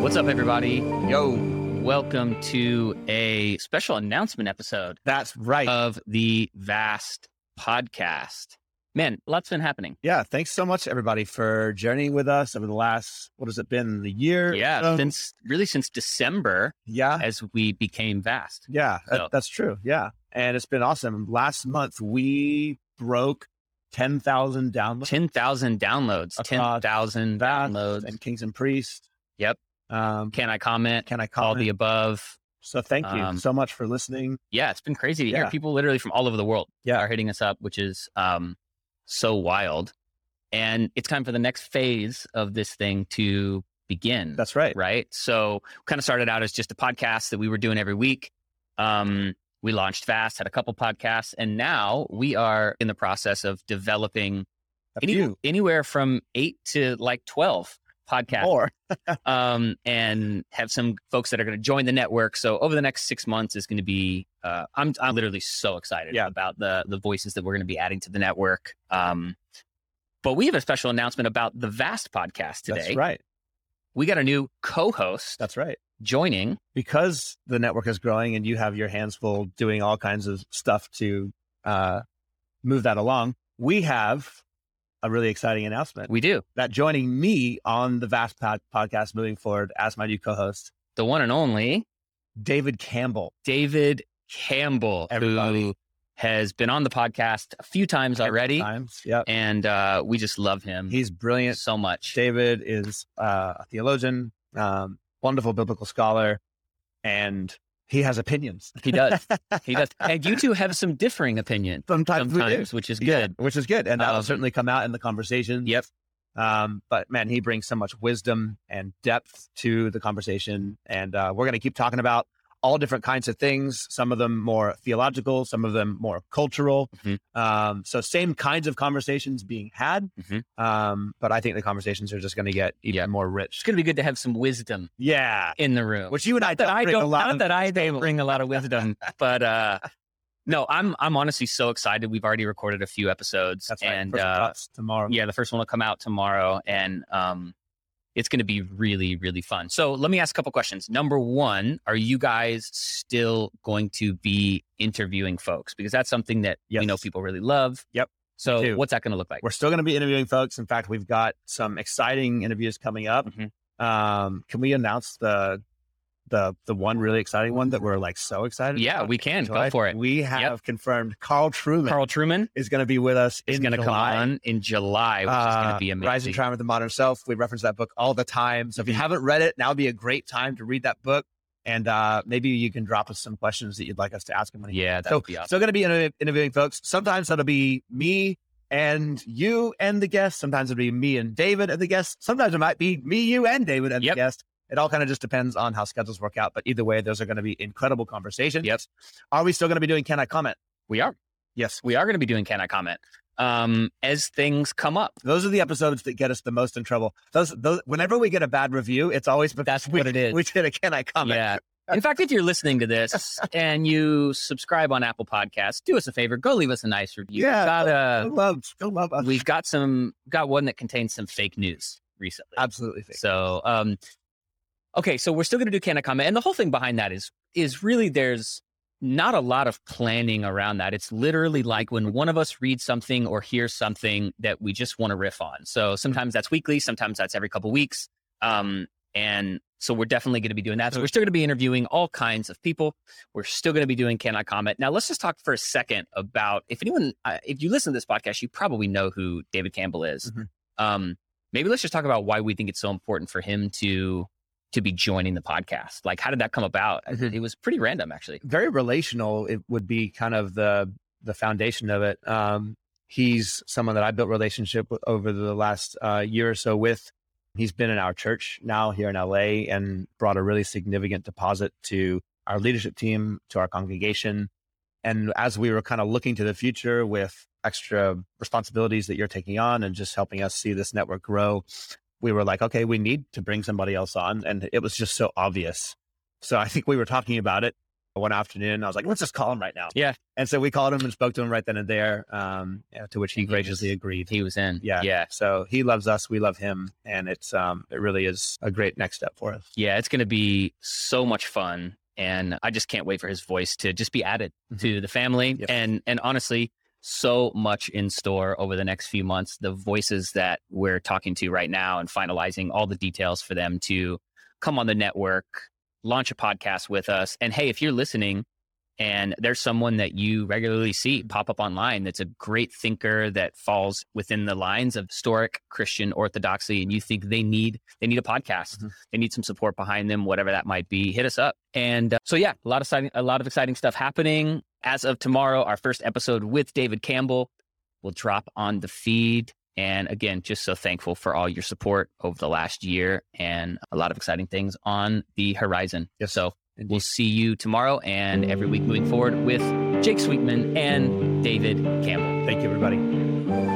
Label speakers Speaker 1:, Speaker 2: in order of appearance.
Speaker 1: What's up, everybody? Yo, welcome to a special announcement episode
Speaker 2: That's right.
Speaker 1: of the Vast Podcast. Man, lots been happening.
Speaker 2: yeah. Thanks so much, everybody, for journeying with us over the last, what has it been, the year?
Speaker 1: Yeah,
Speaker 2: Uh,
Speaker 1: since really since December
Speaker 2: yeah.
Speaker 1: as we became Vast.
Speaker 2: Yeah. that-
Speaker 1: So-
Speaker 2: that's true. Yeah. And it's been awesome. Last month, we broke 10,000 downloads
Speaker 1: 10,000 downloads,
Speaker 2: Across
Speaker 1: 10,000
Speaker 2: Vast
Speaker 1: downloads.
Speaker 2: and Kings and Priests.
Speaker 1: Yep.
Speaker 2: Um,
Speaker 1: Can I comment?
Speaker 2: can I
Speaker 1: All
Speaker 2: call
Speaker 1: the
Speaker 2: the?
Speaker 1: above.
Speaker 2: So thank you
Speaker 1: um,
Speaker 2: so much for listening.
Speaker 1: Yeah, it's been crazy to hear.
Speaker 2: Yeah.
Speaker 1: People literally from all over the world
Speaker 2: Yeah.
Speaker 1: are hitting us up, which is um, so wild. And it's time for the next phase of this thing to begin.
Speaker 2: That's right.
Speaker 1: right? So kind of started out as just a podcast that we were doing every week. Um, we launched fast, had a couple podcasts, and now we are in the process of developing
Speaker 2: A
Speaker 1: any-
Speaker 2: few
Speaker 1: anywhere from eight to like 12 podcasts
Speaker 2: more.
Speaker 1: um, and have some folks that are going to join the network. So over the next six months is going to be, uh, I'm, I'm literally so excited
Speaker 2: Yeah.
Speaker 1: about the, the voices that we're going to be adding to the network. Um, but we have a special announcement about the Vast podcast today.
Speaker 2: That's right.
Speaker 1: We got a new co-host
Speaker 2: That's right.
Speaker 1: joining
Speaker 2: Because the network is growing and you have your hands full doing all kinds of stuff to uh, move that along, we have a really exciting announcement.
Speaker 1: We do.
Speaker 2: that joining me on the Vast Pod- podcast moving forward as my new co-host,
Speaker 1: The one and only
Speaker 2: David Campbell.
Speaker 1: David Campbell, who
Speaker 2: Everybody.
Speaker 1: has been on the podcast a few times already.
Speaker 2: Times. Yep.
Speaker 1: And uh, we just love him
Speaker 2: He's brilliant.
Speaker 1: so much.
Speaker 2: David is uh, a theologian, um, wonderful biblical scholar, and he has opinions.
Speaker 1: He does. he does. And you two have some differing opinions
Speaker 2: Sometimes, we do,
Speaker 1: sometimes, which is good.
Speaker 2: which is good. And that'll
Speaker 1: Um,
Speaker 2: certainly come out in the conversation.
Speaker 1: Yep.
Speaker 2: Um, but man, he brings so much wisdom and depth to the conversation. And uh, we're going to keep talking about all different kinds of things, some of them more theological, some of them more cultural.
Speaker 1: Mhm.
Speaker 2: Um, so, same kinds of conversations being had.
Speaker 1: Mhm.
Speaker 2: Um, but I think the conversations are just going to get even
Speaker 1: Yeah.
Speaker 2: more
Speaker 1: It's
Speaker 2: rich.
Speaker 1: going to be good to have some wisdom
Speaker 2: Yeah.
Speaker 1: in the room.
Speaker 2: Which you and I,
Speaker 1: that
Speaker 2: don't
Speaker 1: I
Speaker 2: bring
Speaker 1: don't
Speaker 2: a lot
Speaker 1: not
Speaker 2: of-
Speaker 1: that I don't bring a lot of wisdom, but uh, no, I'm I'm honestly so excited. We've already recorded a few episodes,
Speaker 2: That's right.
Speaker 1: and
Speaker 2: First
Speaker 1: uh,
Speaker 2: thoughts tomorrow.
Speaker 1: yeah, the first one will come out tomorrow, and um, it's going to be really, really fun. So let me ask a couple questions. Number one, are you guys still going to be interviewing folks? Because that's something that you
Speaker 2: Yes.
Speaker 1: know people really love.
Speaker 2: Yep,
Speaker 1: So
Speaker 2: too.
Speaker 1: what's that going to look like?
Speaker 2: We're still going to be interviewing folks. In fact, we've got some exciting interviews coming up.
Speaker 1: Mhm.
Speaker 2: Um, can we announce the the the one really exciting one that we're like so excited?
Speaker 1: yeah,
Speaker 2: about?
Speaker 1: we can
Speaker 2: July?
Speaker 1: go for it.
Speaker 2: We have confirmed Carl Truman
Speaker 1: Carl Truman
Speaker 2: is going to be with us.
Speaker 1: is
Speaker 2: in
Speaker 1: going to come
Speaker 2: July.
Speaker 1: on in July, which is going to
Speaker 2: Uh,
Speaker 1: be amazing. Mm-hmm.
Speaker 2: Rise and Triumph of the Modern Self. We reference that book all the time. So if you haven't read it, now would be a great time to read that book. And uh, maybe you can drop us some questions that you'd like us to ask him when he
Speaker 1: yeah, that
Speaker 2: So-
Speaker 1: would be awesome.
Speaker 2: Still going to be interview- interviewing folks. Sometimes that'll be me and you and the guest. Sometimes it'll be me and David and the guest. Sometimes it might be me, you, and David and
Speaker 1: Yep.
Speaker 2: the guest. It all kind of just depends on how schedules work out. But either way, those are going to be incredible conversations.
Speaker 1: Yep.
Speaker 2: Are we still going to be doing Can I Comment?
Speaker 1: we are
Speaker 2: Yes.
Speaker 1: we are going to be doing can I comment um, as things come up.
Speaker 2: Those are the episodes that get us the most in trouble. Those, those whenever we get a bad review, it's always because
Speaker 1: That's
Speaker 2: we,
Speaker 1: what it is.
Speaker 2: We did a Can I Comment?
Speaker 1: Yeah. In fact, if you're listening to this and you subscribe on Apple Podcasts, do us a favor, go leave us a nice review.
Speaker 2: Yeah.
Speaker 1: We've got
Speaker 2: Go
Speaker 1: a,
Speaker 2: love, go love us.
Speaker 1: we've got some got one that contains some fake news recently.
Speaker 2: absolutely think.
Speaker 1: So, um, okay, so we're still going to do can I comment, and the whole thing behind that is is really there's not a lot of planning around that. It's literally like when one of us reads something or hears something that we just want to riff on. So sometimes that's weekly, sometimes that's every couple weeks, um, and so we're definitely going to be doing that. So we're still going to be interviewing all kinds of people. We're still going to be doing can I comment. Now let's just talk for a second about if anyone, uh, if you listen to this podcast, you probably know who David Campbell is.
Speaker 2: Mhm.
Speaker 1: Um, maybe let's just talk about why we think it's so important for him to to be joining the podcast like how did that come about
Speaker 2: Mhm.
Speaker 1: it was pretty random actually
Speaker 2: very relational it would be kind of the the foundation of it um he's someone that i built relationship with over the last uh, year or so with he's been in our church now here in la and brought a really significant deposit to our leadership team to our congregation and as we were kind of looking to the future with extra responsibilities that you're taking on and just helping us see this network grow we were like okay we need to bring somebody else on and it was just so obvious so i think we were talking about it one afternoon. I was like, let's just call him right now.
Speaker 1: Yeah.
Speaker 2: And so we called him and spoke to him right then and there, um, yeah, to which he
Speaker 1: And he
Speaker 2: graciously
Speaker 1: was-
Speaker 2: agreed.
Speaker 1: He was in.
Speaker 2: Yeah.
Speaker 1: Yeah.
Speaker 2: So he loves us, we love him, and it's um, it really is a great next step for us.
Speaker 1: Yeah. It's going to be so much fun. And I just can't wait for his voice to just be added
Speaker 2: Mhm.
Speaker 1: to the family.
Speaker 2: Yep.
Speaker 1: And, and honestly, so much in store over the next few months. The voices that we're talking to right now and finalizing all the details for them to come on the network, launch a podcast with us. And hey, if you're listening and there's someone that you regularly see pop up online that's a great thinker that falls within the lines of historic Christian orthodoxy and you think they need they need a podcast,
Speaker 2: Mhm.
Speaker 1: they need some support behind them, whatever that might be, hit us up. And uh, so yeah, a lot of exciting, a lot of exciting stuff happening. As of tomorrow, our first episode with David Campbell will drop on the feed. And again, just so thankful for all your support over the last year and a lot of exciting things on the horizon.
Speaker 2: Yes.
Speaker 1: So
Speaker 2: Indeed.
Speaker 1: we'll see you tomorrow and every week moving forward with Jake Sweetman and David Campbell.
Speaker 2: Thank you, everybody.